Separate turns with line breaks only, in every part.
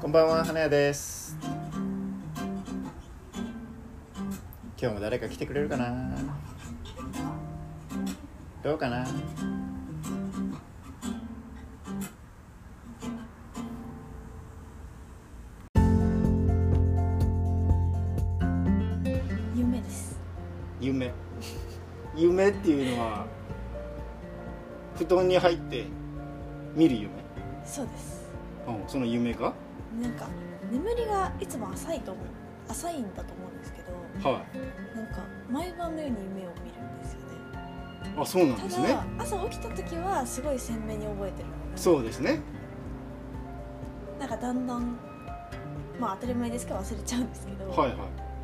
こんばんは、花屋です。今日も誰か来てくれるかな。どうかな。
夢です
夢。夢っていうのは。布団に入って。見る夢。
そうです
うん、その夢が。
なんか眠りがいつも浅いと思う浅いんだと思うんですけど
は
なんか毎晩のように夢を見るんですよね
い。あ、そうなんです
た
ね
だ。朝起きた時はすごい鮮明に覚えてるので
そうですね。
なんかだんだんまあ当たり前ですけど忘れちゃうんですけど、
はいは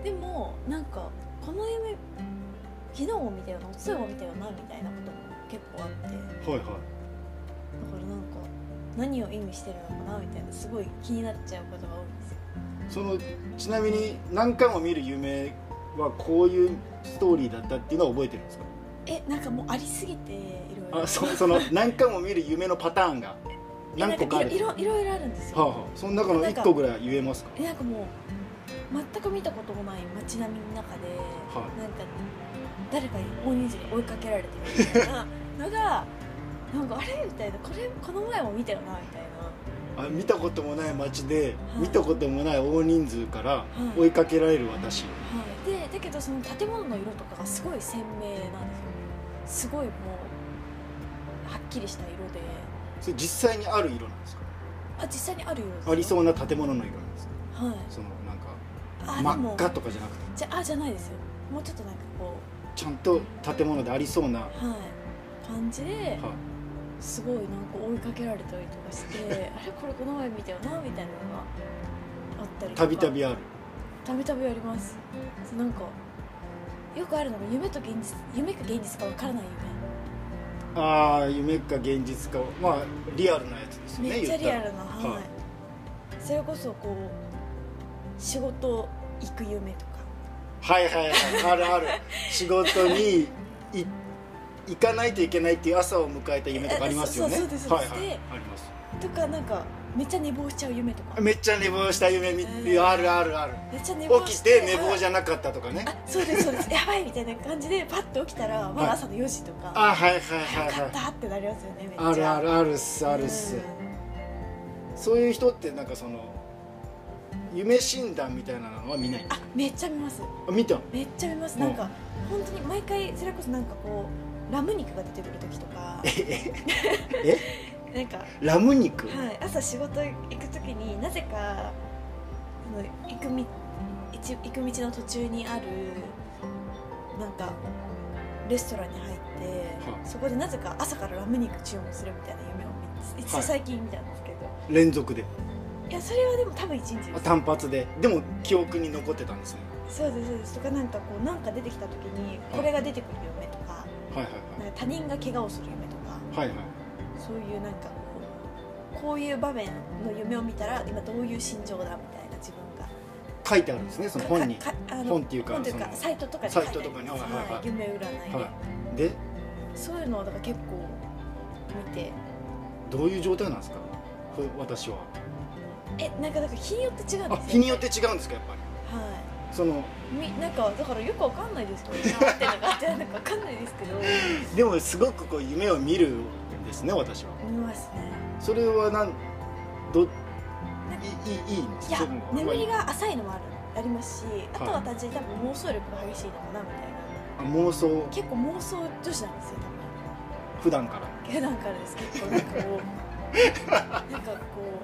でもなんかこの夢昨日も見たよなおとといも見たよなみたいなことも結構あってだか
い。はいは
らなんか何を意味してるのかなみたいなすごい気になっちゃうことが多いんですよ
い。その、ちなみに、何回も見る夢。はこういうストーリーだったっていうのは覚えてるんですか。
えなんかもうありすぎていろいろ
あそ その何回も見る夢のパターンが
えな
何
んか
個かある
いろいろいろいろあるんですよ、
はあ、はあ、その中の1個ぐらい言えますか
えなんかもう全く見たこともない街並みの中で、なんか誰かに大人数に追いかけられてるみたいなのが なんかあれみたいなこれこの前も見たよなみたいな
あ見たこともない街で、
い
見たこともない大人数から
い
追いかけられる私、
はい、でだけどその建物の色とかがすごい鮮明なんですよすごいもうはっきりした色で
それ実際にある色なんですか
あ実際にある色ですよ
ありそうな建物の色なんですか
はい
そのなんか
あで
真っ
も
赤とかじゃなくて
じゃあじゃないですよもうちょっとなんかこ
ちゃんと建物でありそうな、は
うはい感じですごいなんか追いかけられたりとかして あれこれこの前見たよなみたいなのがあったり
い、
とか
たびたびある
たびたびありますそうなんかよくあるのが夢と現実夢か現実かわからない
ああ夢か現実かまあリアルなやつですよ
夢
ね
めっちゃリア
言
ル
た
な、
ら
は
はい
い、それこそこう仕事行く夢とか
はいはいはいあるある仕事にい行かないといけないっていう朝を迎えた夢とかありますよね
えそうそうそうですそうです
はいはい
で
あります
とかなんかめっちゃ寝坊しちゃう夢とか
めっちゃ寝坊した夢見、
えー
あるあるある
めっちゃ寝坊
起
し
き
て
て寝坊じゃなかったとかね
あそうですそうですやばいみたいな感じでパッと起きたらまだ朝の4時とか、
あはいはいはい
よか
は
っ
い
たってなりますよねめっちゃ
あるあるあるっすあるっす、
うん
そういう人ってなんかその夢診断みたいなのは見ない
あめっちゃ見ます
あ見た
めっちゃ見ます
もう
なんか本当に毎回それこそなんかこうラム肉が出てくる時とか なんか、は
ラム肉
い、朝仕事行く時になぜかその行くみ一行く道の途中にあるなんかレストランに入って、
はい
そこでなぜか朝からラム肉注文するみたいな夢を見て、
はい
最近見たんですけど
連続で
いやそれはでも多分一日です
あ単発ででも記憶に残ってたんですね
そうですそうですとかなんかこうなんか出てきた時にこれが出てくる夢とか
はいは
なんか他人が怪我をする夢とか
いはいはいはい
そういうなんかこうこういう場面の夢を見たら今どういう心情だみたいな自分が
書いてあるんですねその本に
かかあの
本っていうか
本という
そ
か
の
サイトとかに
サイトとかに
書いてあります
はいはいはい
はい夢占いで、
はいで
そういうのをだから結構見て
どういう状態なんですかふ私は
えなんかだから日によって違うん
あ
ですよ
日によって違うんですかやっぱり
は
その
いみなんかだからよくわかんないですけど合ってるのか合ってないのかわかんないですけど
でもすごくこう夢を見るんですね私は
見ますね
それはなんどいいいいいんです
いや
それも
眠り
ま
が浅いのもあるありますしあとは単純に多分妄想力が激しいのかなみたいな
あ妄想
結構妄想女子なんですよ
普段から
多分普段からです結構なんかこ うなんかこ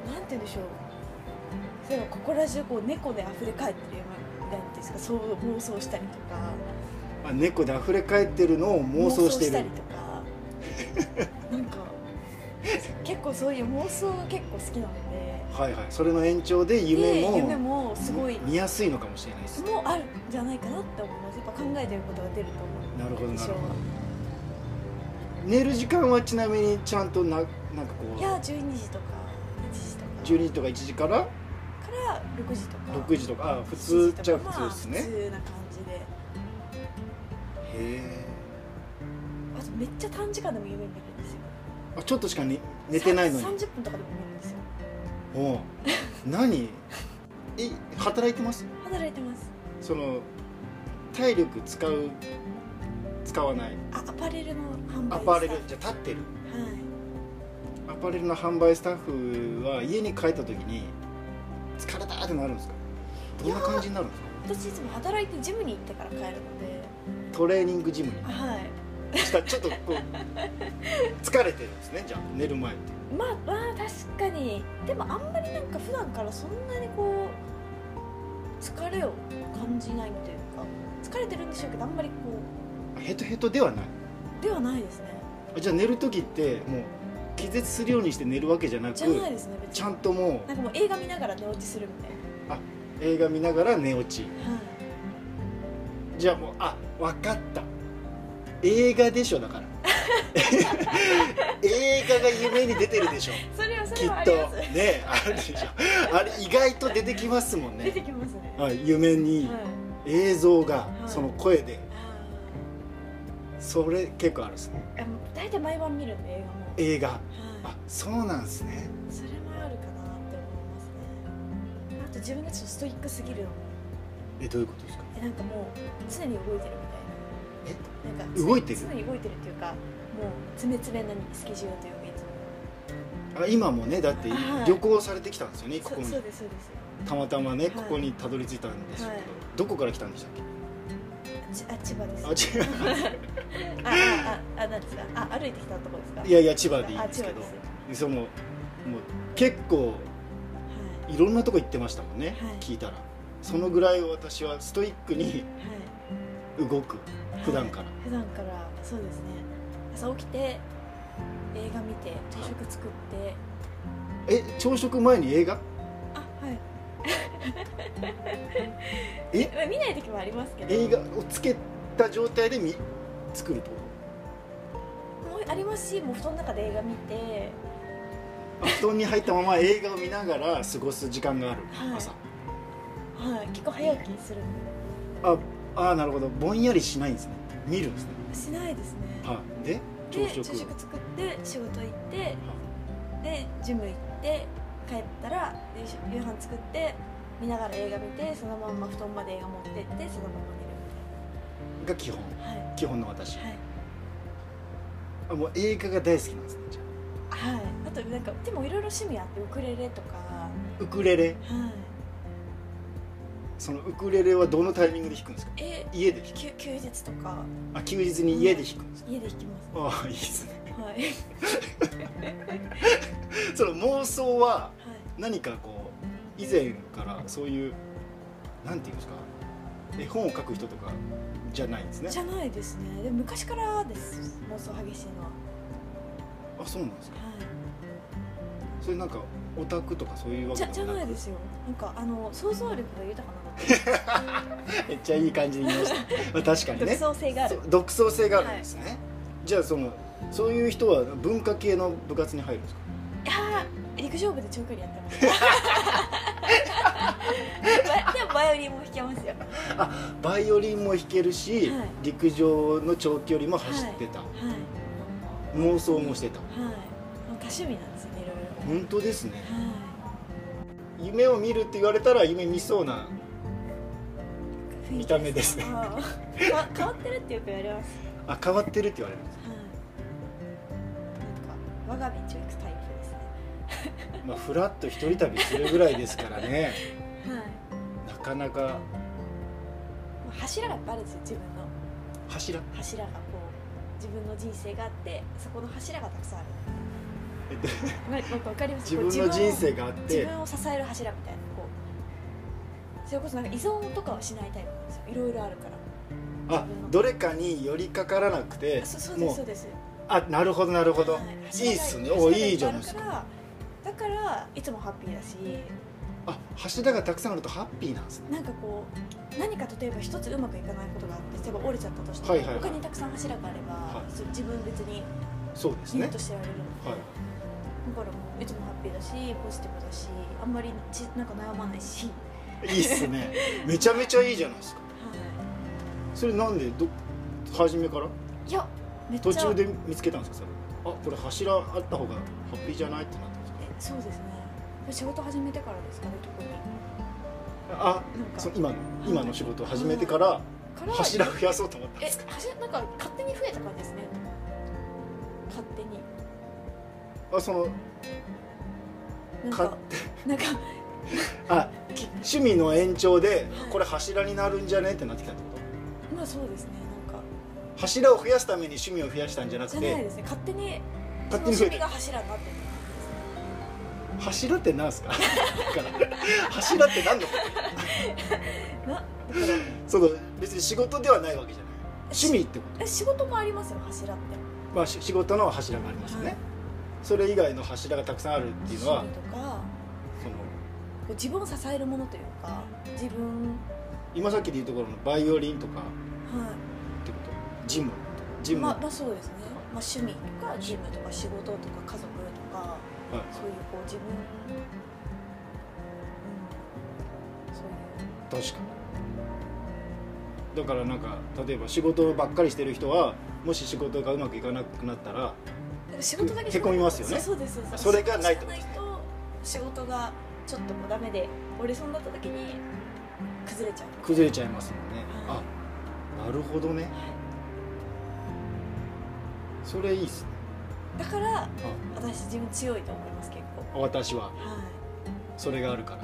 うなんて言うんでしょう例えばここら中こう猫で溢れ返ってるようななんていうんですかそう妄想したりとか
あ猫で溢れ返ってるのを妄想して
た
る
りとかなんか結構そういう妄想が結構好きなので
はいはいそれの延長で夢も
で夢もすごい
見やすいのかもしれないです
もあるんじゃないかなって思いますやっぱ考えてることが出ると思う
なるほどなる
印象
ほ
は
ど寝る時間はちなみにちゃんとななんかこ
いうや12時とか1時とか
12時とか1時から
から6時とか
6時とかあ普通っちゃ
7時と
普通
か
ですね、
まあ普通な感じで
へえ
あとめっちゃ短時間でも夢見るんですよ
あちょっとしか寝寝てないの
さ
に
30分とかでも寝るんですよ
おう何 え働いてます
働いてます
その体力使う使わない
あアパレルの販売
アパレル
ス
じゃあ立ってる
タッフはい
アパレルの販売スタッフは家に帰った時に疲れたってなるんですかどんな感じになるんですか
私いつも働いてジムに行ってから帰るので
トレーニングジムに
はい
したちょっとこう疲れてるんですねじゃあ寝る前って
まあまあ確かにでもあんまりなんか普段からそんなにこう疲れを感じないというか疲れてるんでしょうけどあんまりこ
ヘトヘトではないう
ではないですね
あじゃあ寝る時ってもう気絶するようにして寝るわけじゃなく
じゃないですね別
ち
に
ゃんとも
なんかもう映画見ながら寝落ちするみたいう
映画見ながら寝落ち
な、はい
じゃあもうあ分かった映画でしょだから 映画が夢に出てるでし ょ
それはそ
き
れ
っ
はあ
と
ります
ねあるでしょあれ意外と出てきますもん
出て
ね、
きますね
はい、夢に
はい
映像が
はい
その声で
あ
それ結構あるんですね
ーあもう大体毎晩見るんで映画もはい
映画あそうなんですね
それもあるかなって思いますねあと自分がちょっとストイックすぎるのも
えどういうことですか
えなんかもう常に動いてるみたいなえなんか
動いてる
常に動いてるっていうかもう詰め詰めなスケジュールというかいつも
あ今もねだって
はい
旅行されてきたんですよねこ
そ
こ
う
に
そうですそうです
たまたまねここにたどり着いたんですけど、
はい
どこから来たんでしたっ
ちあ千葉です
けあ違う
ああああなんですかあ歩いてきたとこですか
いやいや千葉でいいんですけ
あ千葉
ど
です
そのもう結構いろんなとこ行ってましたもんね、
はい
聞いたらそのぐらい私はストイックに
は
動く
い、はい、
普段から、
普段からそうですね朝起きて映画見て朝食作って
え朝食前に映画
あはい
え
まあ 見ない時もありますけど
映画をつけた状態で見作るってこ
もうありますしもう布団の中で映画見て
とあ布団に入ったまま映画を見ながら過ごす時間がある、
はい
朝
はい、結構早起きするん
ああーなるほどぼんやりしないんですね見るんですね
でしないですね
はいで
で
朝食
朝食作って仕事行ってでジム行って帰ったらでし夕飯作って見ながら映画見てそのまんま布団まで映画持ってってそのまま
が基本
寝るはい
基本の私
はい
あもう映画が大好きなんですねじゃ
はいあとなんかでもいろいろ趣味あってウクレレとかは
あウクレレ
い
そのウクレレはどのタイミングで弾くんですか
え
家で弾く
休休日とか
あ休日に家で弾くんですか
家で弾きます
ああいいですね
はいはい
その妄想は何かこう以前からそういうなんていうんですか絵本を書く人とかじゃないんですね
じゃないですねでも昔からです妄想激しいのは
あそうなんですか
はい
それなんかオタクとかそういうわけ
じ
で
ゃじゃ
も
ない
く
ですよなんかあの想像力が豊かなので
めっちゃいい感じに言い ましたまあ確かに
独
ね
創性がある
そう独創性があるんですね、じゃあそのそういう人は文化系の部活に入るんですか
いやー陸上部で長距離やってます バでもバイオリンも弾けますよは
バイオリンも弾けるし、
はい
陸上の長距離も走ってた、
いはい
妄想もしてた
もう多趣味なんですよねいろいろ
本当ですね
は
夢を見るって言われたら夢見そうない見た目ですね
あーか変わってるってよく言われます
あ変わってるって言われるんです、
はいなんか我が道を行くタイプですね
まあ、フラッと一人旅するぐらいですからね
はい
なかなか
もう柱がいっぱいあるんですよ自分の
柱
柱がこう自分の人生があってそこの柱がたくさんある
えっと
わなんかわかりま
自
す
分の
こう
人生があっ
自
て
分を支える柱みたいなこうそれこそなんか依存とかはしないタイプなんですよいろいろあるから
あどれかに寄りかからなくて
あそそうで
も
すそう
う
です
あなるほどなるほど、
はい
い、
柱
い
が
っすね
柱
お
が
いいじ
ぱ
ゃ
あ
ない
る
です
か
から
だからいつもハッピーだし
あ柱がたくさんあるとハッピーなんですね
なんかこう何か例えば一つうまくいかないことがあって例えば折れちゃったとしても、
はいはいはい
他にたくさん柱があれば、
はい
そう自分別に
そうです
ニ
ね
ヤッとしてられるので、
はい
だからもういつもハッピーだしポジティブだしあんまりちなんか悩まないし、
いいっすねめちゃめちゃいいじゃないですか
は
それなんでど初めから
い、いやめっちゃ
途中で見つけたんですかそれあこれ柱あった方がハッピーじゃないってなったんですか
えそうですね仕事始めてからですかね特に
あ
なんか
その今の今の仕事を始めてから
から
柱増やそうと思ったん
え
ですか
柱なんか勝手に増えた感じですね勝手に
あその
なん
勝
かなんか
あき趣味の延長で
はい
これ柱になるんじゃねってなってきたってこ
まあそうですねなんか
と柱を増やすために趣味を増やしたんじゃな
じ
く
ゃない
て
ですね勝手にそ
勝
の
手に増
趣
え
味
て
が柱になってる感じですね
柱ってなんですか だから柱って何のこと
なだから
その別に仕事ではないわけじゃない趣味ってこと
え仕事もありますよ柱って
まあし仕事の柱がありますよね、
はい
それ以外の柱がたくさんあるっていうのは
趣味とか
その
こう自分を支えるものというか自分
今さっきで言うところのバイオリンとかっ
は
てことジムジ
い
ム、
まあ、まあそうですね、まあ、趣味とかジムとか仕事とか家族とか
はい
そういうこう自分うんそういう
確かにだからなんか例えば仕事ばっかりしてる人はもし仕事がうまくいかなくなったら
なんか仕事だけ
へこみますよね
そうそうですそうです
それがないってこ
仕
と
事
で
じ
す
ゃないと仕事がちょっとこうダメで折れそうになった時に崩れちゃう
崩れちゃいますもんね、
は
あなるほどねそれいいっすね
だから私自分強いと思います結構
あ私は
はい
それがあるから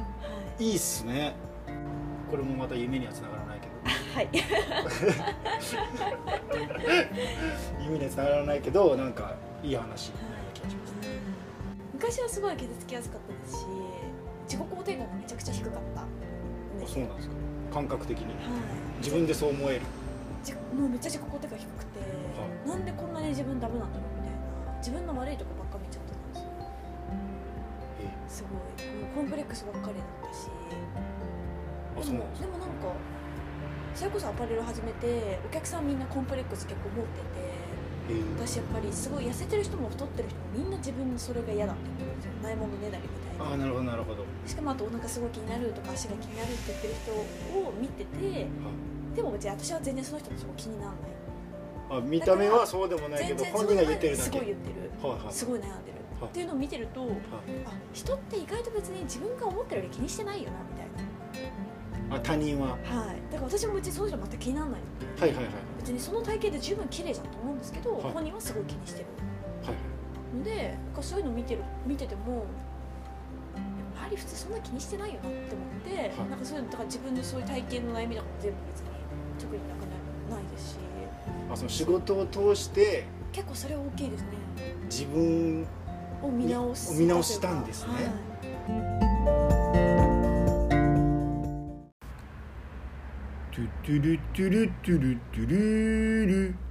いいっすねこれもまた夢にはつながらないけど
はい はい
夢にはつながらないけどなんかいい話のような気がします
昔はすごい傷つきやすかったですし自己肯定感がめちゃくちゃ低かったん
あ
です
そう
よ
なんですか感覚的に
はい
自分でそう思える
じもうめっちゃ自己肯定感低くて、
い
なんでこんなに自分ダメなんだろうみたいな自分の悪いとこばっか見ちゃってたんです
え
よすごいもうコンプレックスばっかりだったし
あそうなんです
で
か
もなんかそれこそアパレル始めてお客さんみんなコンプレックス結構持って
え
て
ー
私やっぱりすごい痩せてる人も太ってる人もみんな自分のそれが嫌だって言ってるんですよないものねだりみたいな
ああなるほどなるほど
しかもあとお腹すごい気になるとか足が気になるって言ってる人を見ててでも別に私は全然その人たちも気にならない
あ見た目はそうでもないけ
全
ど
然
本人が言ってるだ
す
け
ごい
はい
言ってる
はい
すごい悩んでる
はい
っていうのを見てると
はい
あ人って意外と別に自分が思ってるより気にしてないよなみたい
あ他人は
なはいだから私も別にその人全く気にならない
はいはいはいはい
別にその体型で十分綺麗じゃんと思うんですけど、
はい
本人はすごい気にしてるのでなんかそういうの見てる見ててもやっぱり普通そんな気にしてないよなって思って、
はい
なんかそういうのだから自分のそういう体型の悩みとかも全部別に特になくなないですし
あその仕事を通して
結構それは大きいですね
自分
を見直す
見直したんですね
はい
トゥトゥルトゥルトゥルトゥルル